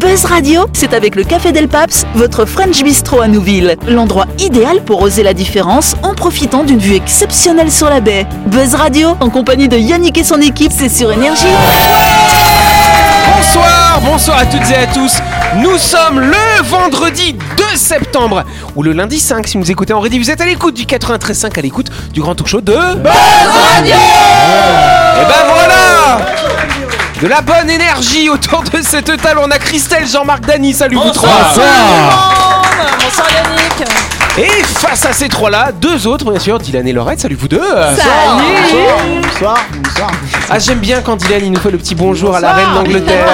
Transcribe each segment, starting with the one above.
Buzz Radio, c'est avec le Café Del Paps, votre French Bistro à Nouville. L'endroit idéal pour oser la différence en profitant d'une vue exceptionnelle sur la baie. Buzz Radio, en compagnie de Yannick et son équipe, c'est sur Énergie. Bonsoir, bonsoir à toutes et à tous. Nous sommes le vendredi 2 septembre, ou le lundi 5 si vous nous écoutez en rediff. Vous êtes à l'écoute du 93.5, à l'écoute du grand talk show de... Buzz Radio Et ben voilà De la bonne énergie autour de cette table. On a Christelle, Jean-Marc, Dany, salut vous trois Bonsoir Yannick Et face à ces trois-là, deux autres bien sûr, Dylan et Laurette, salut vous deux Bonsoir, bonsoir. Ah j'aime bien quand Dylan il nous fait le petit bonjour à la reine d'Angleterre.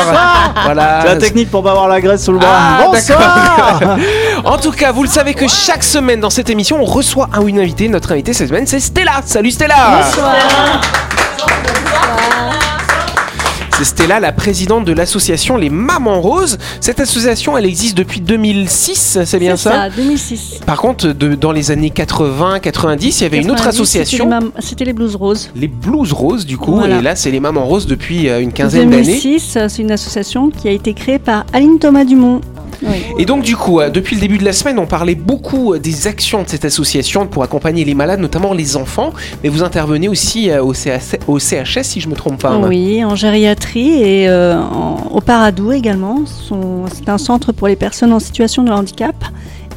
Voilà. C'est Ah, la technique pour pas avoir la graisse sous le bras. Ah, bonsoir. En tout cas, vous le savez que chaque semaine dans cette émission, on reçoit un ou une invitée. Notre invitée cette semaine, c'est Stella. Salut Stella C'est Stella, la présidente de l'association Les Mamans Roses. Cette association, elle existe depuis 2006, c'est bien ça, 2006. Par contre, de- dans les années 80, 90, il y avait une autre 90, association, c'était les mam- C'était les Blues Roses. les Blues Roses, du coup. Voilà. Et là, c'est les Mamans Roses depuis euh, une quinzaine d'années. 2006, euh, c'est une association qui a été créée par Aline Thomas Dumont. Et donc du coup, euh, depuis le début de la semaine, on parlait beaucoup euh, des actions de cette association pour accompagner les malades, notamment les enfants, mais vous intervenez aussi euh, au, CHS, au CHS si je me trompe pas. hein. Oui, en gériatrie et euh, en- au Paradou également. Son- C'est un centre pour les personnes en situation de handicap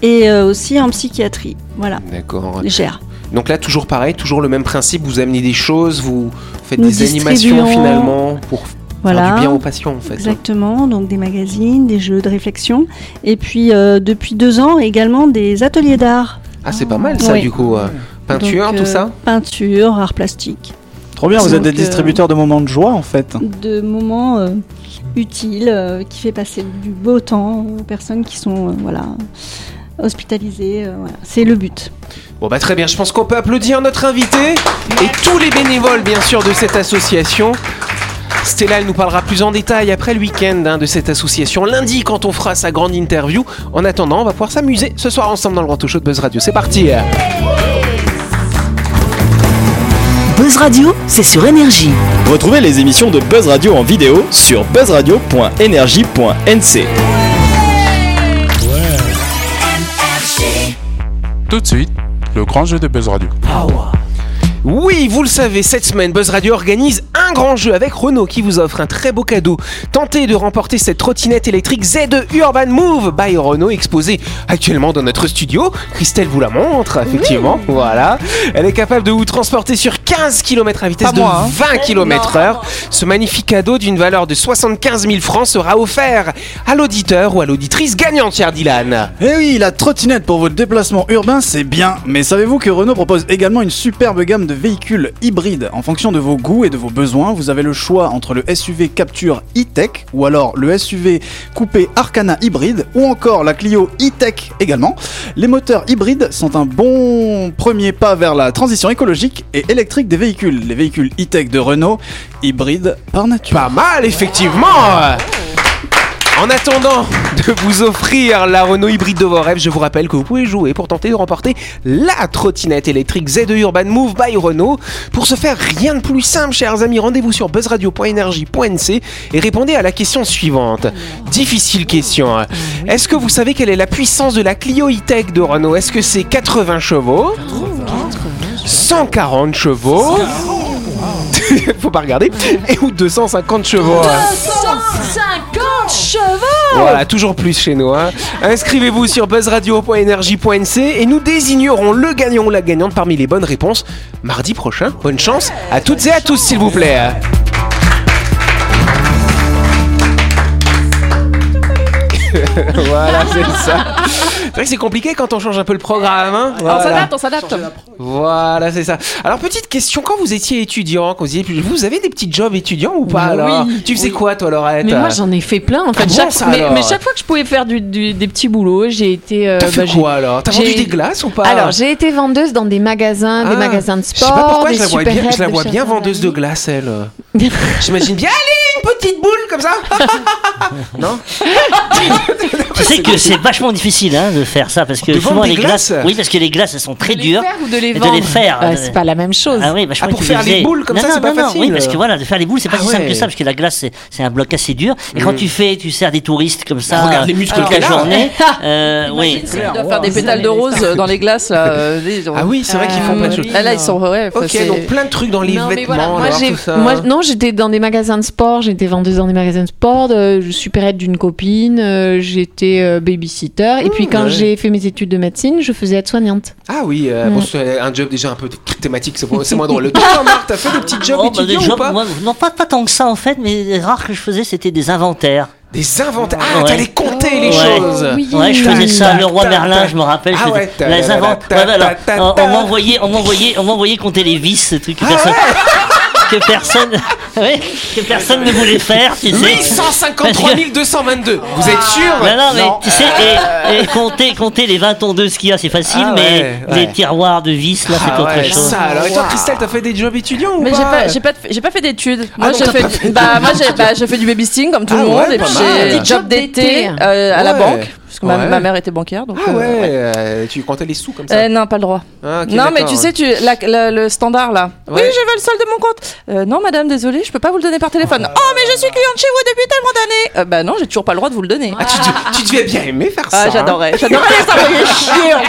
et euh, aussi en psychiatrie. Voilà, D'accord. gère. Donc là, toujours pareil, toujours le même principe, vous amenez des choses, vous faites Nous des animations distribuons- finalement pour faire Voilà. du bien aux patients en fait. Exactement, donc des magazines, des jeux de réflexion, et puis euh, depuis deux ans également des ateliers d'art. Ah c'est pas mal ça Oui. du coup. euh, Peinture, Donc, tout euh, ça Peinture, art plastique, Trop bien, vous êtes Donc, des euh, distributeurs de moments de joie en fait. de moments euh, utiles euh, qui fait passer du beau temps aux personnes qui sont euh, voilà hospitalisées. euh, voilà. C'est le but. Bon bah très bien, je pense qu'on peut applaudir notre invité et tous les bénévoles bien sûr de cette association. Stella, elle nous parlera plus en détail après le week-end hein, de cette association, lundi quand on fera sa grande interview. En attendant, on va pouvoir s'amuser ce soir ensemble dans le Grand Talk Show de Buzz Radio. C'est parti Buzz Radio, c'est sur Énergie. Retrouvez les émissions de Buzz Radio en vidéo sur buzzradio.energie.nc. Tout de suite, le grand jeu de Buzz Radio. Oui, vous le savez, cette semaine, Buzz Radio organise un grand jeu avec Renault qui vous offre un très beau cadeau. Tentez de remporter cette trottinette électrique Z2 Urban Move by Renault exposée actuellement dans notre studio. Christelle vous la montre, effectivement. Voilà. Elle est capable de vous transporter sur 15 km à vitesse de 20 km heure. Ce magnifique cadeau d'une valeur de 75 000 francs sera offert à l'auditeur ou à l'auditrice gagnante, cher Dylan. Eh oui, la trottinette pour votre déplacement urbain, c'est bien. Mais savez-vous que Renault propose également une superbe gamme de véhicules hybrides En fonction de vos goûts et de vos besoins, vous avez le choix entre le SUV Capture e-Tech ou alors le SUV coupé Arcana hybride ou encore la Clio e-Tech également. Les moteurs hybrides sont un bon premier pas vers la transition écologique et électrique des véhicules. Les véhicules e-Tech de Renault, hybrides par nature. Pas mal, effectivement Euh, En attendant de vous offrir la Renault hybride de vos rêves, je vous rappelle que vous pouvez jouer pour tenter de remporter la trottinette électrique Z2 Urban Move by Renault. Pour ce faire, rien de plus simple, chers amis, rendez-vous sur buzzradio.energie.nc et répondez à la question suivante. Difficile question. hein. Est-ce que vous savez quelle est la puissance de la Clio E-Tech de Renault Est-ce que c'est 80 chevaux 140 chevaux Faut pas regarder. Et ou 250 chevaux. hein. 150 chevaux Voilà, toujours plus chez nous. hein. Inscrivez-vous sur buzzradio.energie.nc et nous désignerons le gagnant ou la gagnante parmi les bonnes réponses mardi prochain. Bonne chance à toutes et à tous, s'il vous plaît. voilà, c'est ça. C'est vrai que c'est compliqué quand on change un peu le programme. hein. On Voilà. s'adapte, on s'adapte Voilà, c'est ça. Alors, petite question, quand vous étiez étudiant, quand vous, étiez- vous avez des petits jobs étudiants ou pas Oui, alors Tu faisais oui. quoi, toi, Laurette Mais moi j'en ai fait plein en fait. Ah bon, chaque, ça, mais, alors mais chaque fois que je pouvais faire du- du- des petits boulots, j'ai été. euh, T'as fait bah, j'ai- quoi alors T'as vendu j'ai- des glaces ou pas Alors, j'ai été vendeuse dans des magasins, Ah, des magasins de Je sais pas sport, pourquoi des je la vois bien, super je la vois bien vendeuse de glace, elle. J'imagine bien. Aline, petite boule comme ça Ah, Non Tu sais que c'est vachement difficile hein, de faire ça parce que De vendre souvent des les glaces, glaces oui parce que les glaces elles sont très De les dures faire ou de les et vendre de les faire. Ah, c'est pas la même chose. Ah oui, bah, je Ah, crois pour que tu faire les faisais- boules comme Non, ça, non, c'est pas non, non, facile. Oui, parce que voilà, de faire les boules, c'est pas Ah si simple que ouais. Mm. ça, parce que la glace, c'est- c'est un bloc assez dur. Et quand tu fais, tu sers des touristes comme ça. Regarde les muscles Ah. toute qu'elle la a. journée. euh, oui. Il doit faire des pétales de rose dans les glaces là. euh, les- Ah oui, c'est vrai qu'ils font plein de choses. Ah, là ils sont ouais. enfin, Ok, c'est- donc plein de trucs dans les Non, mais vêtements, voilà, Moi, alors, j'ai- tout ça. moi, non, j'étais dans des magasins de sport, j'étais vendeuse dans des magasins de sport, de- je suis supérette d'une copine, euh, j'étais euh, babysitter. et puis quand Mmh, ouais. j'ai fait mes études de médecine, je faisais aide-soignante. Ah oui, euh, Mm. bon, c'est un job déjà un peu thématique, c'est c'est moins drôle. Toi, Jean-Marc, t'as fait des petits jobs Oh, bah, des étudiants ou jobs, pas moi, non, pas, pas tant que ça en fait, mais les rares que je faisais, c'était des inventaires. Des inventaires. Ah, Ouais. t'allais compter les Ouais. choses. Oui. Ouais, je Tac, faisais ça, tac, le roi tac, Merlin, tac. je me rappelle. Ah je faisais- ouais, ta- les ta- invent- ta- ouais, bah, alors, ta- ta- on- ta- Ah on m'envoyait, on m'envoyait, on m'envoyait compter les vis, ce truc que personne, que personne, ouais, que personne ne voulait faire, tu sais. 853 222. Vous êtes sûr Ah. Non, non, mais tu sais, et, et compter, compter les 20 tons de ce qu'il y a, c'est facile, Ah ouais, mais les ouais. tiroirs de vis, là, c'est Ah autre ouais, chose. ça. Alors, et toi, Christelle, t'as fait des jobs étudiants ou Mais j'ai pas Ah pas, j'ai pas, fait- j'ai pas fait d'études. Moi, non, j'ai t'as fait, pas fait bah, moi, j'ai, bah, j'ai fait du babysitting comme tout Ah le monde, ouais, et pas puis mal. j'ai Des job jobs d'été d'été. euh, à la Ouais. banque, parce que ma, Ouais. ma mère était bancaire, donc. Ah euh, ouais, euh, tu comptais les sous comme ça. Euh, non, pas le droit. Ah, ok, non, mais d'accord. tu sais, tu la- la- le standard là. Oui, Ouais. je veux le solde de mon compte. Euh, non, madame, désolée, je peux pas vous le donner par téléphone. Oh, mais je suis cliente chez vous depuis tellement d'années. Euh, bah non, j'ai toujours pas le droit de vous le donner. Ah, tu, tu- tu devais bien aimer faire ça. Ah, hein. j'adorais, j'adorais les envoyer chier en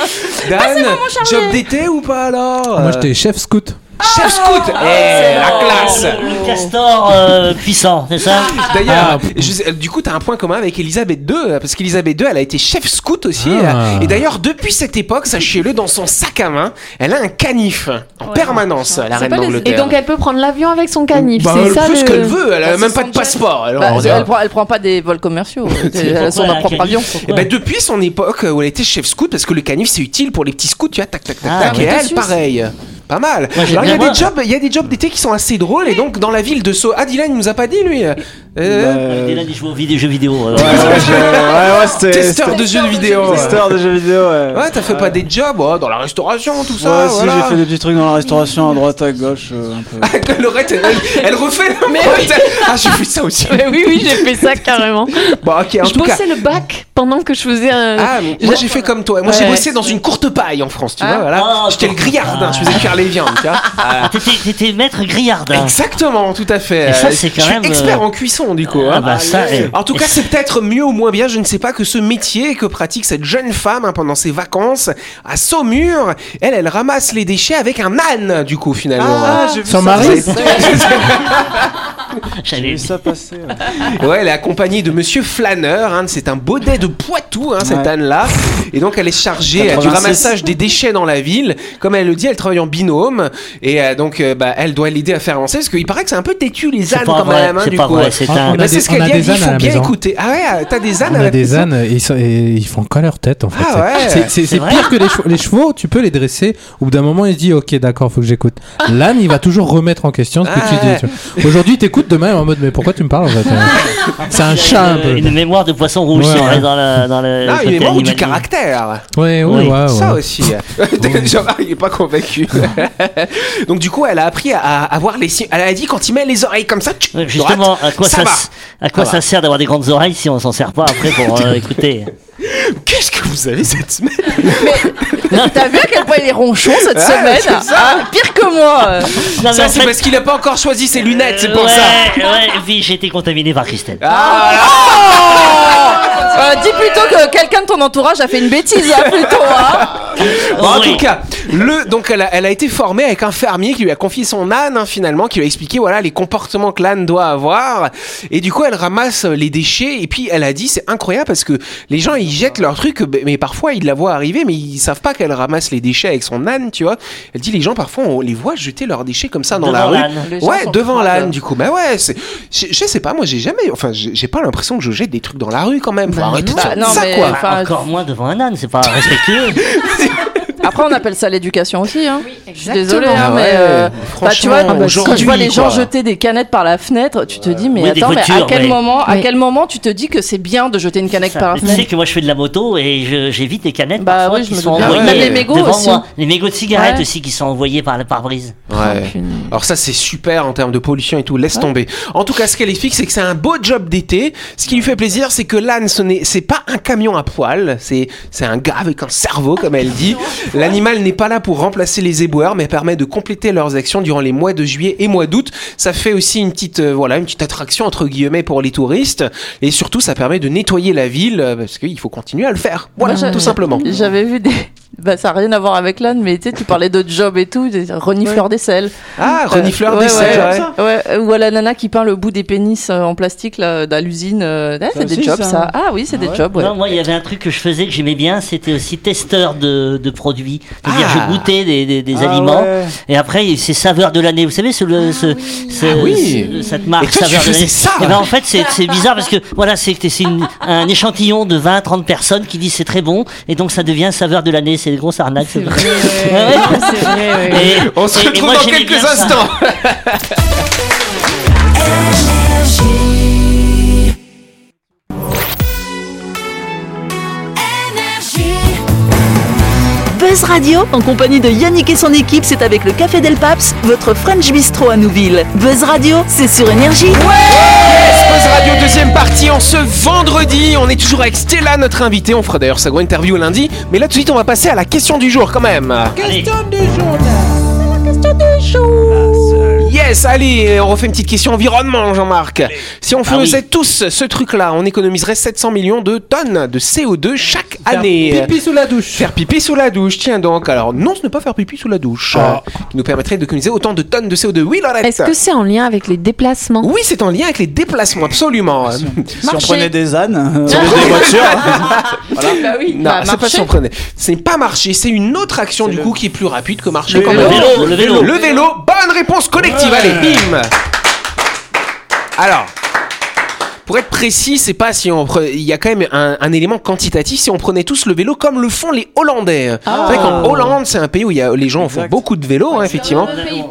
fait. Dan, charnier. job d'été ou pas alors Moi, j'étais chef scout. Chef scout Ah, Eh, la Oh, classe Le castor euh, puissant, c'est ça Ah. D'ailleurs, je sais- du coup, t'as un point commun avec Elisabeth II, parce qu'Elisabeth II, elle a été chef scout aussi. Ah. Et d'ailleurs, depuis cette époque, sachez-le, dans son sac à main, elle a un canif en permanence, la reine pas les- d'Angleterre. Et donc elle peut prendre l'avion avec son canif, Bah, c'est elle ça fait ce le- qu'elle veut, elle a Bah, même c'est pas de son passeport. Alors, Bah, on elle, dirait- prend, elle prend pas des vols commerciaux. Elle a son Pourquoi la propre avion. calife, Eh pourquoi ben, depuis son époque euh, où elle était chef scout, parce que le canif c'est utile pour les petits scouts, tu vois, tac tac tac Ah, tac, ouais. et elle Suisse. pareil. Pas mal. Moi, j'ai Alors, il y a bien des moi. jobs, il y a des jobs d'été qui sont assez drôles et donc dans la ville de So, ah Dylan il nous a pas dit lui. Euh, Euh, Dès là, il joue aux vid- jeux vidéo. euh, Ouais, ouais, je- ouais, ouais, c'était- testeur c'était- de jeux vidéo. Testeur de jeux vidéo, ouais. Ouais, t'as fait pas des jobs oh, dans la restauration, tout ça. Ouais, si, voilà. j'ai fait des petits trucs dans la restauration à droite, à gauche, euh, un Ah, peu. Laurette, elle, elle refait. Mais Ah, j'ai fait ça aussi. Mais oui, oui, j'ai fait ça carrément. Bon, ok, en je tout cas. bossais le bac pendant que je faisais un. euh, Ah, mais moi j'ai fait comme toi. Moi j'ai Ouais. bossé dans une courte paille en France, tu vois. Voilà. Ah, J'étais le courte grillardin, je paille. faisais cuire les viandes, tu vois. Ah, t'étais- T'étais maître hein. grillardin. Exactement, tout à fait. Ah. Et ça, Euh, c'est je quand même, suis euh, expert en cuisson, du coup. Ah, hein. bah, ça, Allez. et- En tout et cas, ça- c'est peut-être mieux ou moins bien, je ne sais pas, que ce métier que pratique cette jeune femme hein, pendant ses vacances à Saumur. Elle, elle ramasse les déchets avec un âne, du coup, finalement. j'ai vu Sans ça mari passer. J'ai J'avais- vu ça passer. ouais. Ouais, elle est accompagnée de Monsieur Flâneur. hein. c'est un baudet de Poitou, hein, cette Ouais. âne-là. Et donc, elle est chargée euh, du 86. ramassage des déchets dans la ville. Comme elle le dit, elle travaille en binôme. Et euh, donc, euh, bah, elle doit l'aider à faire avancer. Parce qu'il paraît que c'est un peu têtu, les ânes, C'est pas quand vrai, même. hein, c'est du pas coup. vrai, c'est Ah, un. On a Bah, c'est des- ce on qu'elle a dit, il des ânes à faut la bien maison. écouter. Ah ouais, t'as des ânes On à la a des maison ânes et ils, sont- et ils font qu'à leur tête en fait. Ah ouais. C'est- c'est- c'est- C'est C'est vrai. pire que les chevaux. Les chevaux, tu peux les dresser. Au bout d'un moment, il se dit Ok, d'accord, faut que j'écoute. L'âne, il va toujours remettre en question ce que Ah tu ouais. dis. tu vois. Aujourd'hui, t'écoutes, demain, il est en mode Mais pourquoi tu me parles en fait hein? C'est un chat un peu. Une, une mémoire de poisson rouge, Ouais. c'est vrai, dans le. Dans le Ah, il côté est mort du animalier. caractère. Ouais, ouais, Oui. ouais. ouais. Ça aussi. Jean-Marc, il est pas convaincu. Donc, du coup, elle a appris à avoir les. si- Elle a dit quand il met les oreilles comme ça, tchou, Ouais, Euh, Justement, droite, à quoi ça, ça, va. s- à quoi Ça ça, va. sert d'avoir des grandes oreilles si on s'en sert pas après pour euh, écouter Qu'est-ce que vous avez cette semaine T'as vu à quel point il est ronchon cette semaine Ah, Pire que moi euh. Non, mais Ça, en c'est fait, parce qu'il a pas encore choisi ses lunettes, c'est pour ouais, ça. Ouais, et puis j'ai été contaminé par Christelle. Ah, Euh, Dis plutôt que quelqu'un de ton entourage a fait une bêtise là plutôt hein. Bon, en Oui. tout cas, le, donc elle a, elle a été formée avec un fermier qui lui a confié son âne hein, finalement, qui lui a expliqué voilà les comportements que l'âne doit avoir. Et du coup, elle ramasse euh, les déchets et puis elle a dit c'est incroyable parce que les gens ils jettent leurs trucs, mais- mais parfois ils la voient arriver, mais ils savent pas qu'elle ramasse les déchets avec son âne, tu vois. Elle dit les gens parfois on les voit jeter leurs déchets comme ça dans la Devant rue. l'âne. Les gens Ouais, sont devant froides. l'âne du coup. Bah ouais, c'est- je je sais pas, moi j'ai jamais, enfin j'ai j'ai pas l'impression que je jette des trucs dans la rue quand même. Faut Bah arrêter de non. faire Bah non, ça mais- quoi. Bah, enfin, encore moins devant un âne, c'est pas respectueux. Après, on appelle ça l'éducation aussi. Hein. je suis désolée, exactement. hein, Ah mais ouais, euh, bah, tu vois, quand franchement, tu vois aujourd'hui, les gens quoi. Euh, jeter des canettes par la fenêtre, tu te dis, mais Oui, des attends, mais à voitures, quel mais- moment, euh, à Oui. quel moment tu te dis que c'est bien de jeter une canette par la Tu sais fenêtre Bah que moi je fais de la moto et je- j'évite les canettes parfois oui, je qui me sont doute bien. envoyées Même les mégots devant aussi. moi. Les mégots de cigarettes Ouais. aussi qui sont envoyés par le pare-brise. Ouais. Alors ça c'est super en termes de pollution et tout, laisse tomber. En tout cas, ce qu'elle explique, c'est que c'est un beau job d'été. Ce qui lui fait plaisir, c'est que l'âne, ce n'est, c'est pas un camion à poil, c'est, c'est un gars avec un cerveau, comme elle dit. L'animal n'est pas là pour remplacer les éboueurs, mais permet de compléter leurs actions durant les mois de juillet et mois d'août. Ça fait aussi une petite, euh, voilà, une petite attraction entre guillemets pour les touristes, et surtout ça permet de nettoyer la ville euh, parce qu'il faut continuer à le faire. Voilà, Moi, Euh, j'a- tout simplement. J'avais vu des. Bah, ça n'a rien à voir avec l'âne, mais tu sais, tu parlais de job et tout, des renifleurs d'aisselle. Ah, renifleur euh, ouais, d'aisselle, ouais. Ouais, euh, Ou à la nana qui peint le bout des pénis euh, en plastique là, dans l'usine. euh, ah, c'est des aussi, jobs, ça. ça. Ah oui, c'est des jobs, ouais. Non, moi, il y avait un truc que je faisais que j'aimais bien, c'était aussi testeur de, de produits. C'est-à-dire, Ah. je goûtais des, des- des Ah aliments. ouais. Et après, il y a ces saveurs de l'année. Vous savez, ce, le- ce- ce- Ah oui. ce- cette marque Et toi, tu saveurs de faisais l'année. ça Eh ben, en fait, c'est c'est bizarre parce que, voilà, c'est c'est une- un échantillon de 20, 30 personnes qui disent c'est très bon. Et donc, ça devient saveur de l'année. C'est une grosse arnaque. C'est vrai. Ah, On se retrouve dans quelques instants. Buzz Radio, en compagnie de Yannick et son équipe, c'est avec le Café Del Paps, votre French Bistro à Nouville. Buzz Radio, c'est sur Énergie. Yes, Buzz Radio, deuxième partie en ce vendredi. On est toujours avec Stella, notre invitée. On fera d'ailleurs sa grande interview lundi. Mais là, tout de suite, on va passer à la question du jour quand même. Question du jour. Ah, Yes, allez, euh, on refait une petite question environnement, Jean-Marc. Si on Bah faisait tous ce truc-là, on économiserait 700 millions de tonnes de CO2 chaque année. pipi sous la douche. Faire pipi sous la douche, tiens donc. Alors, non, ce n'est pas faire pipi sous la douche. Ah. euh, Qui nous permettrait d'économiser autant de tonnes de CO2. Oui, Laurette Est-ce que c'est en lien avec les déplacements Oui, c'est en lien avec les déplacements, absolument. Si Marcher. prenait des ânes, euh, sur des voitures. Bah oui, non, bah, c'est pas marcher. si on prenait. C'est pas marcher, c'est une autre action du coup qui est plus rapide que marcher. Le comme vélo, on dit. le vélo. Le vélo, bonne réponse collective. Ouais. Allez, bim. Alors. Pour être précis, c'est pas si on pre- il y a quand même un, un élément quantitatif si on prenait tous le vélo comme le font les Hollandais. Ah. C'est vrai qu'en Hollande, c'est un pays où il y a, les gens font beaucoup de vélo, hein, effectivement.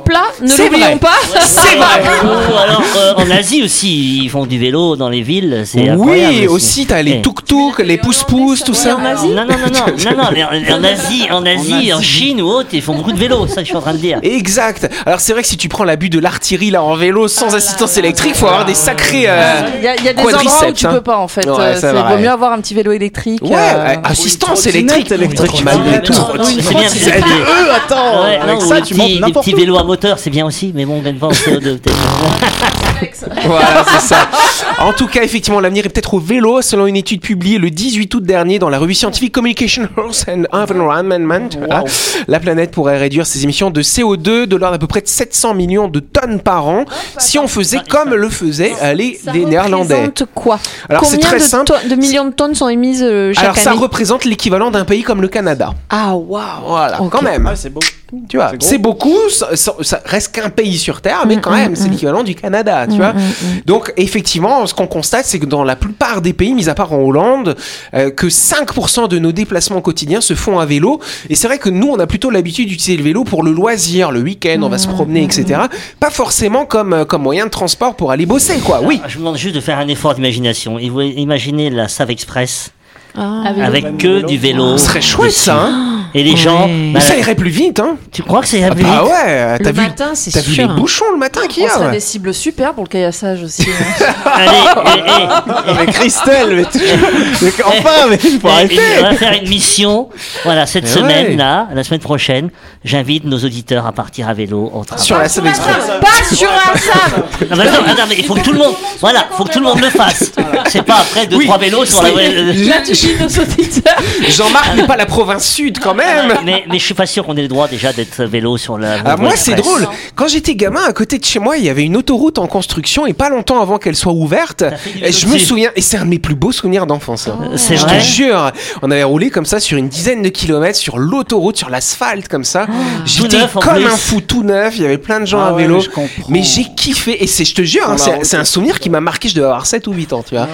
Plat, ne C'est vrai. l'oublions pas. C'est vrai. Ou alors, euh, en Asie aussi, ils font du vélo dans les villes. C'est Oui, incroyable Eh. aussi, t'as les tuk-tuk, les pousse-pousse, tout ça. Ah, Non, non, non, non, non, non, mais en, en Asie, en Asie, en Chine ou autre, ils font beaucoup de vélo, c'est ça que je suis en train de dire. Exact. Alors c'est vrai que si tu prends l'abus de l'artillerie Ah là en vélo sans assistance électrique, faut avoir des sacrés. euh, Il y a, il y a des quadriceps, endroits où tu hein. peux pas en fait. Ouais, Euh, c'est c'est vrai. vaut mieux avoir un petit vélo électrique. Ouais, euh, euh, assistance électrique. électrique. Malgré Ouais, tout. non, non, c'est bien, c'est bien. eux, attends, Ah Ouais, avec non, ça, ou tu des montes petits- n'importe Des où. petits vélos à moteur, c'est bien aussi, mais bon, on gagne pas en CO2 peut-être. Voilà, c'est ça. En tout cas, effectivement, l'avenir est peut-être au vélo, selon une étude publiée le 18 août dernier dans la revue scientifique Communication Health and Environment. Voilà. La planète pourrait réduire ses émissions de CO2 de l'ordre d'à peu près de 700 millions de tonnes par an si on faisait comme le faisaient euh, les, les Néerlandais. Représente quoi Alors, c'est Combien très de, simple. tonnes- de millions de tonnes sont émises euh, chaque Alors année ça représente l'équivalent d'un pays comme le Canada. Ah waouh Voilà, quand même. Ah, c'est beaucoup. Tu vois, c'est beaucoup, ça, ça- ça reste qu'un pays sur Terre, Mm, mais quand même, c'est l'équivalent du Canada, tu vois. Donc, effectivement, ce qu'on constate, c'est que dans la plupart des pays, mis à part en Hollande, euh, que 5% de nos déplacements quotidiens se font à vélo. Et c'est vrai que nous, on a plutôt l'habitude d'utiliser le vélo pour le loisir, le week-end, on va Mm, se promener, etc. Pas forcément comme, euh, comme moyen de transport pour aller bosser, quoi, Ah oui. Je vous demande juste de faire un effort d'imagination. Et vous Imaginez la Save Express Ah. Ah, avec Vélo. que du vélo. Ce serait chouette, dessus. ça, hein. Et les gens. bah, Mais ça irait plus vite, hein Tu crois que ça irait Ah plus bah vite ouais, t'as Le vu, matin, c'est t'as vu sûr, les hein. bouchons le matin qu'il y On a serait ouais. des cibles super pour le caillassage aussi. eh, Mais Christelle, mais tu- mais enfin, mais il faut Et- et arrêter. on va faire une mission. Voilà, cette Eh Mais semaine-là, la semaine prochaine, j'inite nos auditeurs à partir à vélo en train. Sur la Save Express. Pas sur un sable Ah bah non, ah non, mais il faut que tout le monde, voilà, faut que tout le monde le fasse. C'est pas après deux Oui, trois vélos sur la. c'est- euh, Là, tu dis nos auditeurs. Jean-Marc n'est pas la province sud Ah, quand même. Mais, mais je suis pas sûr qu'on ait le droit déjà d'être vélo sur la. Ah, moi, c'est Express. drôle. Quand j'étais gamin, à côté de chez moi, il y avait une autoroute en construction et pas longtemps avant qu'elle soit ouverte. Et je me dessus. souviens, et c'est un de mes plus beaux souvenirs d'enfance. hein. c'est je vrai te jure. On avait roulé comme ça sur une dizaine de kilomètres sur l'autoroute, sur l'asphalte, comme ça. J'étais neuf, en comme plus. un fou tout neuf. Il y avait plein de gens Ah à ouais, vélo. mais je comprends. Mais j'ai kiffé. Et c'est, je te jure, hein, Sur la c'est route. Ah c'est un souvenir qui m'a marqué. Je devais avoir 7 ou 8 ans, tu vois.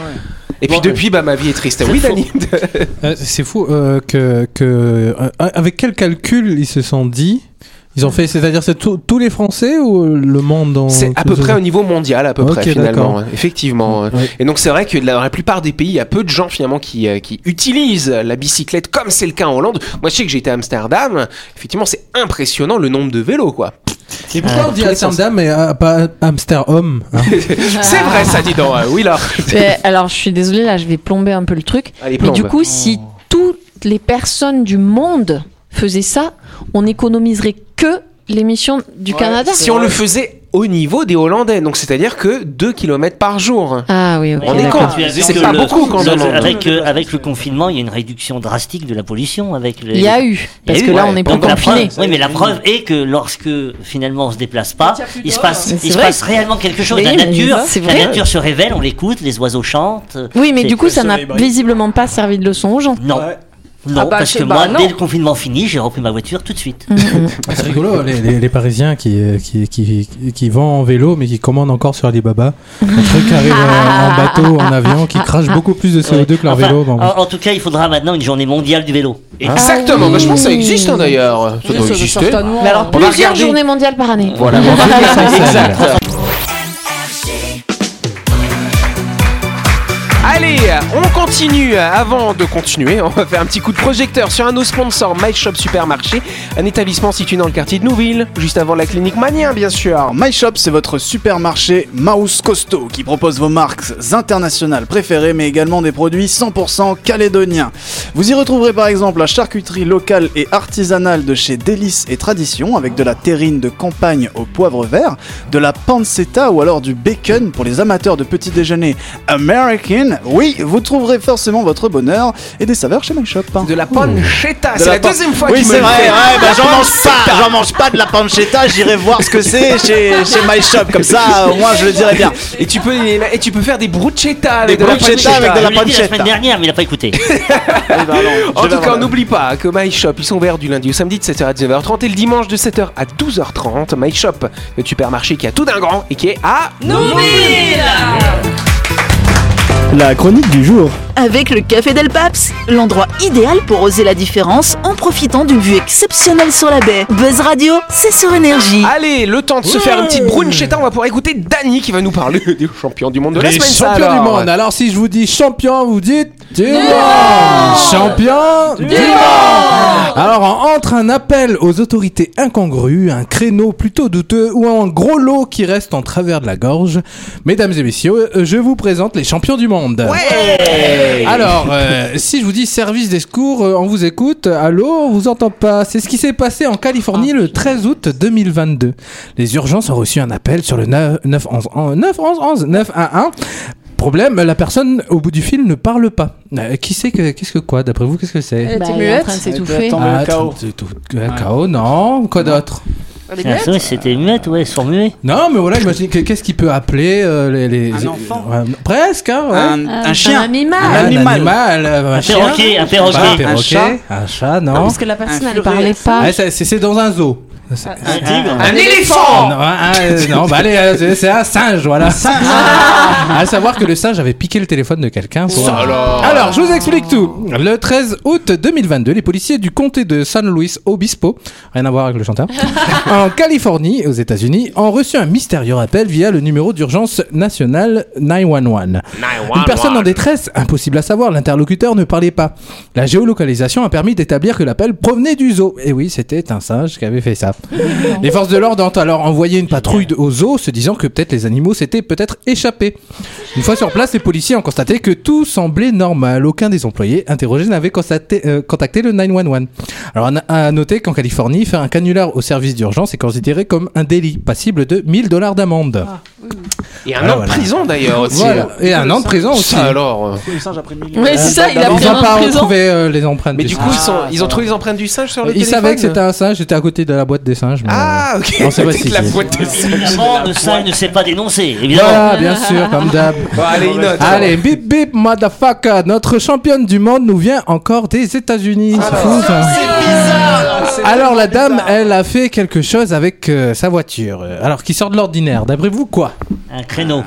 Et puis depuis, bah, ma vie est triste. Oui, Dani Euh, c'est fou euh, que, que euh, avec quel calcul ils se sont dit ils ont fait c'est-à-dire c'est tout- tous les Français ou le monde en C'est à peu près au niveau mondial, à peu Oh, Ok, près, finalement. d'accord. ouais, Effectivement. Ouais. Et donc, c'est vrai que la, la plupart des pays, il y a peu de gens, finalement, qui, euh, qui utilisent la bicyclette, comme c'est le cas en Hollande. Moi, je sais que j'étais à Amsterdam. Effectivement, c'est impressionnant le nombre de vélos, quoi. Et pourquoi Ah, on dit tous les sens. Amsterdam et ah, pas Amsterdam hein C'est vrai, Ah. ça, dis donc. euh, Oui, là. Mais alors, je suis désolée, là, je vais plomber un peu le truc. Allez, mais plombe. du coup, si toutes les personnes du monde faisaient ça, on économiserait que l'émission du Canada. Si on le faisait au niveau des Hollandais, donc c'est-à-dire que 2 km par jour. Ah oui, ok. On est con, d'accord. Tu as vu c'est que pas le- beaucoup quand le- on en- Avec, euh, avec le confinement, il y a une réduction drastique de la pollution. Avec les... Il y a eu, parce que là, on n'est plus Donc, la confiné. preuve- Oui, mais la preuve est que lorsque finalement on se déplace pas, il se passe, Mais c'est il se vrai. passe réellement quelque chose. Mais la oui, mais nature, c'est la vrai. nature se révèle, on l'écoute, les oiseaux chantent. Oui, mais C'est- du coup, ça n'a soleil brille. visiblement pas servi de leçon aux gens. non. Non, Ah bah, parce c'est- que bah, moi, non. dès le confinement fini, j'ai repris ma voiture tout de suite. c'est rigolo Oh, les, les- les Parisiens qui, euh, qui, qui, qui vont en vélo mais qui commandent encore sur Alibaba un truc qui arrive Ah. euh, Ah, en bateau en avion qui crache beaucoup plus de CO2 Ouais. que leur Enfin, vélo bon. en, en tout cas, il faudra maintenant une journée mondiale du vélo. Et Exactement, Ah bah, je pense que ça oui. existe hein, d'ailleurs. Ça doit exister. Mais alors, On va bah, plusieurs regarder. journées mondiales par année. Bah, Voilà, bon, exact. Allez, on continue. Avant de continuer, on va faire un petit coup de projecteur sur un de nos sponsors, My Shop Supermarché, un établissement situé dans le quartier de Nouville, juste avant la clinique Manien, bien sûr. Alors, My Shop, c'est votre supermarché Mouse Costaud qui propose vos marques internationales préférées, mais également des produits 100% calédoniens. Vous y retrouverez par exemple la charcuterie locale et artisanale de chez Délices et Tradition, avec de la terrine de campagne au poivre vert, de la pancetta ou alors du bacon pour les amateurs de petit déjeuner American. Oui, vous trouverez forcément votre bonheur et des saveurs chez My Shop. hein. De la pancetta, c'est la la, pan- deuxième fois Oui, qu'il me c'est le vrai, fait. ouais, bah, j'en mange pas, Pancetta. j'en mange pas de la pancetta, j'irai voir ce que c'est chez, chez My Shop, comme ça, au moins je le dirai bien. Et tu peux, et tu peux faire des bruschetta avec Des de la bruschetta pancetta. avec de Je la lui ai dit la pancetta. semaine dernière, mais il n'a pas écouté. En tout cas, on n'oublie pas que My Shop, ils sont ouverts du lundi au samedi de 7h à 19h30 et le dimanche de 7h à 12h30. My Shop, le supermarché qui a tout d'un grand et qui est à La chronique du jour. Avec le Café Del Paps, l'endroit idéal pour oser la différence en profitant d'une vue exceptionnelle sur la baie. Buzz Radio, c'est sur énergie. Allez, le temps de se faire une petite brunchetta, on va pouvoir écouter Dani qui va nous parler des champions du monde de la Les semaine. ça, champions du alors. monde. Alors si je vous dis champion, vous dites du monde. Champion du monde. Alors en- entre un appel aux autorités incongrues, un créneau plutôt douteux ou un gros lot qui reste en travers de la gorge, mesdames et messieurs, euh, je vous présente les champions du monde. Alors euh, si je vous dis service des secours, euh, on vous écoute. Allô, on vous entend pas. C'est ce qui s'est passé en Californie le 13 août 2022. Les urgences ont reçu un appel sur le 9 911 en- 911 911. Problème, la personne au bout du fil ne parle pas. Euh, qui c'est que qu'est-ce que quoi d'après vous qu'est-ce que Euh, c'est Bah, était elle est en muette. train de Elle était s'étouffer. attendue. Ah, le attends, chaos. c'est tout. Euh, chaos, non, quoi d'autre Ah, C'est un souhait, C'était muette, ouais, sans muet. Non, mais voilà, imagine que- qu'est-ce qui peut appeler euh, les, les- Un enfant. Ouais, presque hein, ouais. Un, Ah, un Un Ah, chien, un, animal. animal. animal, euh, un Un chien. perroquet, un Pas un perroquet. perroquet, un chat. chat, non. Parce que la personne, elle parlait Ah, pas. c'est c'est- c'est dans un zoo. C'est- Un tigre. Un Oh. éléphant Non, ah, euh, non, bah allez, euh, c'est- c'est un singe, voilà. À savoir que le singe avait piqué le téléphone de quelqu'un. pour- Alors, je vous explique tout. Le 13 août 2022, les policiers du comté de San Luis Obispo, rien à voir avec le chanteur, en Californie, aux États-Unis, ont reçu un mystérieux appel via le numéro d'urgence national 911. Une personne en détresse, impossible à savoir, l'interlocuteur ne parlait pas. La géolocalisation a permis d'établir que l'appel provenait du zoo. Et oui, c'était un singe qui avait fait ça. Les forces de l'ordre ont alors envoyé une patrouille au zoo, se disant que peut-être les animaux s'étaient peut-être échappés. Une fois sur place, les policiers ont constaté que tout semblait normal. Aucun des employés interrogés n'avait constaté- euh, contacté le 911. Alors, on a- à noter qu'en Californie, faire un canular au service d'urgence est considéré comme un délit, passible de 1000 dollars d'amende. Et un Ah, an de voilà. prison d'ailleurs aussi. Voilà. Et un an de prison aussi. Ça alors. euh. Ouais, c'est ça, il a pris Ils un n'ont pas présent. retrouvé euh, les empreintes. Mais du du singe. coup, ils, sont, ils ont trouvé les empreintes du singe sur le Ah, ils Ah, téléphone savaient que c'était un singe, j'étais à côté de la boîte des singes. mais, euh, Ah, ok. On sait pas si la c'est- boîte des singes. Évidemment, le singe ne s'est pas dénoncé, euh, évidemment. Voilà, bien sûr, comme d'hab. Bon, allez, il note. Allez, bip bip, motherfucker, notre championne du monde nous vient encore des États-Unis. C'est fou ça. Alors la dame, elle a fait quelque chose avec euh, sa voiture. Euh, Alors qui sort de l'ordinaire. D'après vous quoi Un créneau.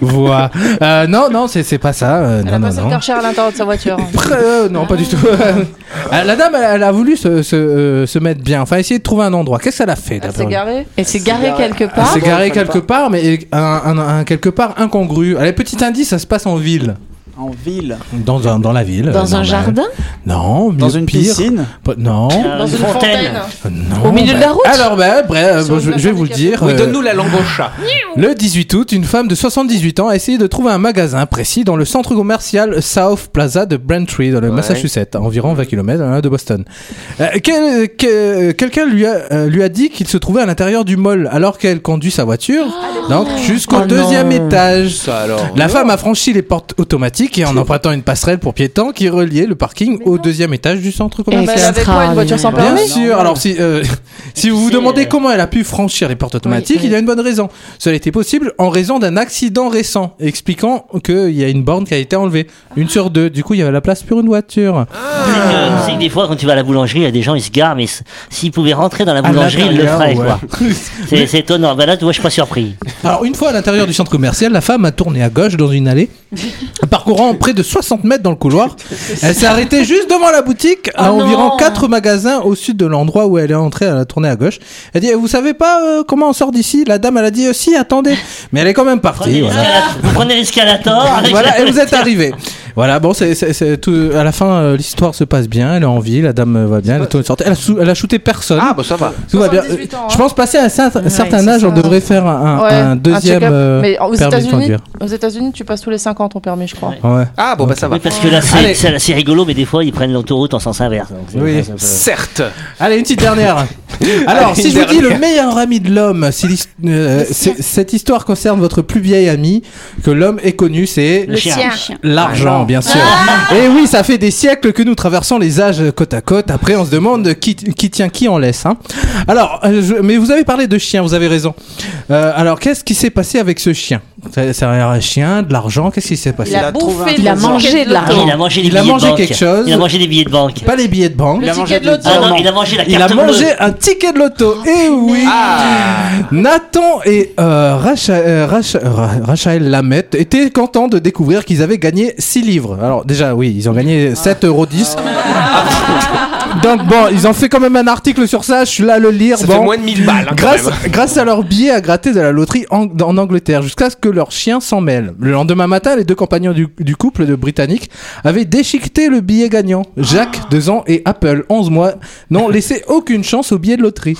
Voilà. Euh, non, non, c'est c'est pas ça. euh, non, non, non. Docteur Cher à l'intérieur de sa voiture. Après, euh, non, pas du tout. Euh, la dame, elle, elle a voulu se, se, euh, se mettre bien. Enfin, essayer de trouver un endroit. Qu'est-ce qu'elle a fait Elle la s'est dame garée. Elle s'est garée quelque Ah, Elle part. s'est garée quelque part, mais un, un- un- quelque part incongru. Allez, petit indice, ça se passe en ville. En ville. Dans, un- dans la ville. Dans euh, un normal. jardin Non. Dans mieux une pire. piscine Pas- Non. Dans une fontaine. Non, Au milieu de la route Alors, bah, bref, bon, je, je vais vous le dire. Oui, euh, donne-nous la langue au chat. le 18 août, une femme de 78 ans a essayé de trouver un magasin précis dans le centre commercial South Plaza de Braintree, dans le Massachusetts, à environ 20 km de Boston. Euh, quel- que- Quelqu'un lui, a, euh, lui a dit qu'il se trouvait à l'intérieur du mall, alors qu'elle conduit sa voiture donc jusqu'au Oh deuxième non. étage. Ça alors. La femme a franchi les portes automatiques et en empruntant une passerelle pour piétons qui reliait le parking au deuxième étage du centre Et commercial. elle avait quoi, une voiture sans Bien permis sûr. Alors si euh, si vous vous demandez comment elle a pu franchir les portes automatiques, euh, Oui, oui. il y a une bonne raison. Cela était possible en raison d'un accident récent, expliquant qu'il y a une borne qui a été enlevée, une sur deux. Du coup, il y avait la place pour une voiture. Tu sais que- tu sais Ah. que des fois, quand tu vas à la boulangerie, il y a des gens, ils se garent, mais s- s'ils pouvaient rentrer dans la À boulangerie, ils le l'intérieur, feraient, ouais. quoi. C'est c'est étonnant. Bah là, tu vois, je suis pas surpris. Alors une fois à l'intérieur du centre commercial, la femme a tourné à gauche dans une allée, parcourant près de 60 mètres dans le couloir. Elle s'est arrêtée juste devant la boutique, à Oh non. environ 4 magasins au sud de l'endroit où elle est entrée. Elle a tourné à gauche. Elle dit, vous savez pas euh, comment on sort d'ici La dame, elle a dit, euh, si, attendez. Mais elle est quand même Prenez partie. Voilà. l'escalator- Vous prenez l'escalator. avec Voilà, la- et vous êtes arrivé. Voilà, bon, c'est, c'est- c'est tout. À la fin, euh, l'histoire se passe bien. Elle est en vie, la dame euh, va bien. Elle, est sortie. Elle a, sou- elle a shooté personne. Ah bah ça va. tout va bien. Euh, 78 ans, hein. Je pense passer à un cer- certain c'est âge, ça. on devrait faire un, un- Ouais, un un deuxième check-up. euh, Mais aux permis de États-Unis, conduire. aux États-Unis, tu passes tous les 50 ans permis, je crois. Ouais. Ah bon bah ça va. Oui, parce que là, c'est- Allez. c'est assez rigolo, mais des fois, ils prennent l'autoroute en sens inverse. donc c'est- Oui. c'est un peu- Certes. Allez, une petite dernière. Alors, Allez, si une je vous dis le dernière. meilleur ami de l'homme, si l'his- euh, c'est- cette histoire concerne votre plus vieil ami que l'homme ait connu, c'est Le chien. l'argent, bien sûr. Et oui, ça fait des siècles que nous traversons les âges côte à côte. Après, on se demande qui, qui tient qui en laisse. hein. Alors, euh, je- mais vous avez parlé de chien, vous avez raison. Euh, alors, qu'est-ce qui s'est passé avec ce chien C'est c'est un chien, de l'argent, qu'est-ce qui s'est passé Il a bouffé Il a le ticket mangé de l'argent. Ah, Il a mangé des Il a billets de mangé banque. quelque chose. Il a mangé des billets de banque. Pas les billets de banque. Le ticket de l'auto. Ah non, il a mangé la carte Il a bleue. mangé un ticket de loto. eh oui Ah. Nathan et euh, Racha- euh, Racha- Ra- Rachel Lamette étaient contents de découvrir qu'ils avaient gagné 6 livres. Alors déjà, oui, ils ont gagné Ah. 7,10 euros. Donc bon, ils ont fait quand même un article sur ça, je suis là à le lire. Ça bon. fait moins de 1000 balles. hein, quand Grâce, même. grâce à leur billet à gratter de la loterie en, en Angleterre, jusqu'à ce que leur chien s'en mêle. Le lendemain matin, les deux compagnons du, du couple de Britanniques avaient déchiqueté le billet gagnant. Jacques, Ah. 2 ans, et Apple, 11 mois, n'ont laissé aucune chance au billet de loterie.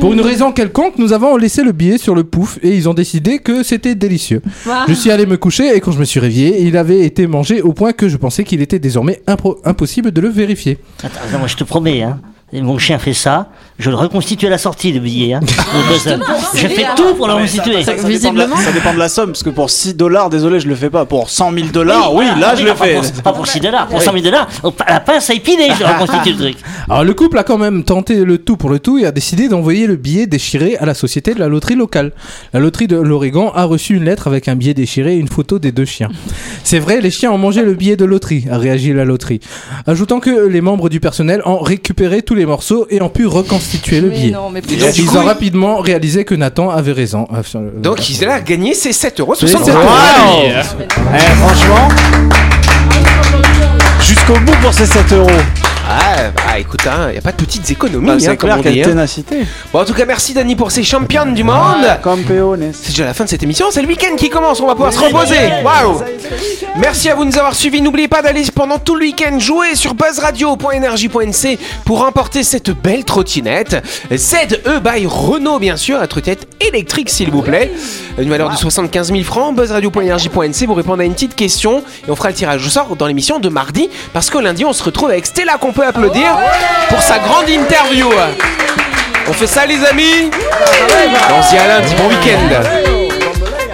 Pour une raison quelconque, nous avons laissé le billet sur le pouf et ils ont décidé que c'était délicieux. Je suis allé me coucher et quand je me suis réveillé, il avait été mangé au point que je pensais qu'il était désormais impro- impossible de le vérifier. Attends, non, moi, je te promets, hein. Mon chien fait ça, je le reconstitue à la sortie, le billet. Hein. Donc, ça- je fais tout pour le reconstituer. Ça dépend, de la, ça dépend de la somme, parce que pour 6 dollars, désolé, je le fais pas. Pour 100 000 dollars, oui, voilà. là, je le pas fais. Pour, pas pour 6 dollars, pour 100 000 dollars, à la pince à épiler, je reconstitue le truc. Alors le couple a quand même tenté le tout pour le tout et a décidé d'envoyer le billet déchiré à la société de la loterie locale. La loterie de l'Oregon a reçu une lettre avec un billet déchiré et une photo des deux chiens. C'est vrai, les chiens ont mangé le billet de loterie, a réagi la loterie, ajoutant que les membres du personnel ont récupéré tous les morceaux et ont pu reconstituer le Mais billet. non, mais Et plus. donc, du Ils coup, ont il- rapidement réalisé que Nathan avait raison. Donc il a gagné ses 7,60 euros. C'est sept euros. Eh, franchement. Jusqu'au bout pour ces 7 euros. Ah bah écoute, il n'y a pas de petites économies, Bah, hein, c'est comme clair, on quelle dit, hein. ténacité. Bon, en tout cas, merci Dani pour ces champions du monde. Ah. Campeones. C'est déjà la fin de cette émission, c'est le week-end qui commence, on va pouvoir se reposer. Waouh Merci à vous de nous avoir suivis, n'oubliez pas d'aller pendant tout le week-end jouer sur buzzradio.energie.nc pour remporter cette belle trottinette ZE by Renault bien sûr, la trottinette électrique s'il vous plaît. Une valeur de 75 000 francs, buzzradio.energie.nc, vous répondez à une petite question et on fera le tirage au sort dans l'émission de mardi parce que lundi on se retrouve avec Stella qu'on peut applaudir pour sa grande interview. On fait ça les amis On se dit à lundi, bon week-end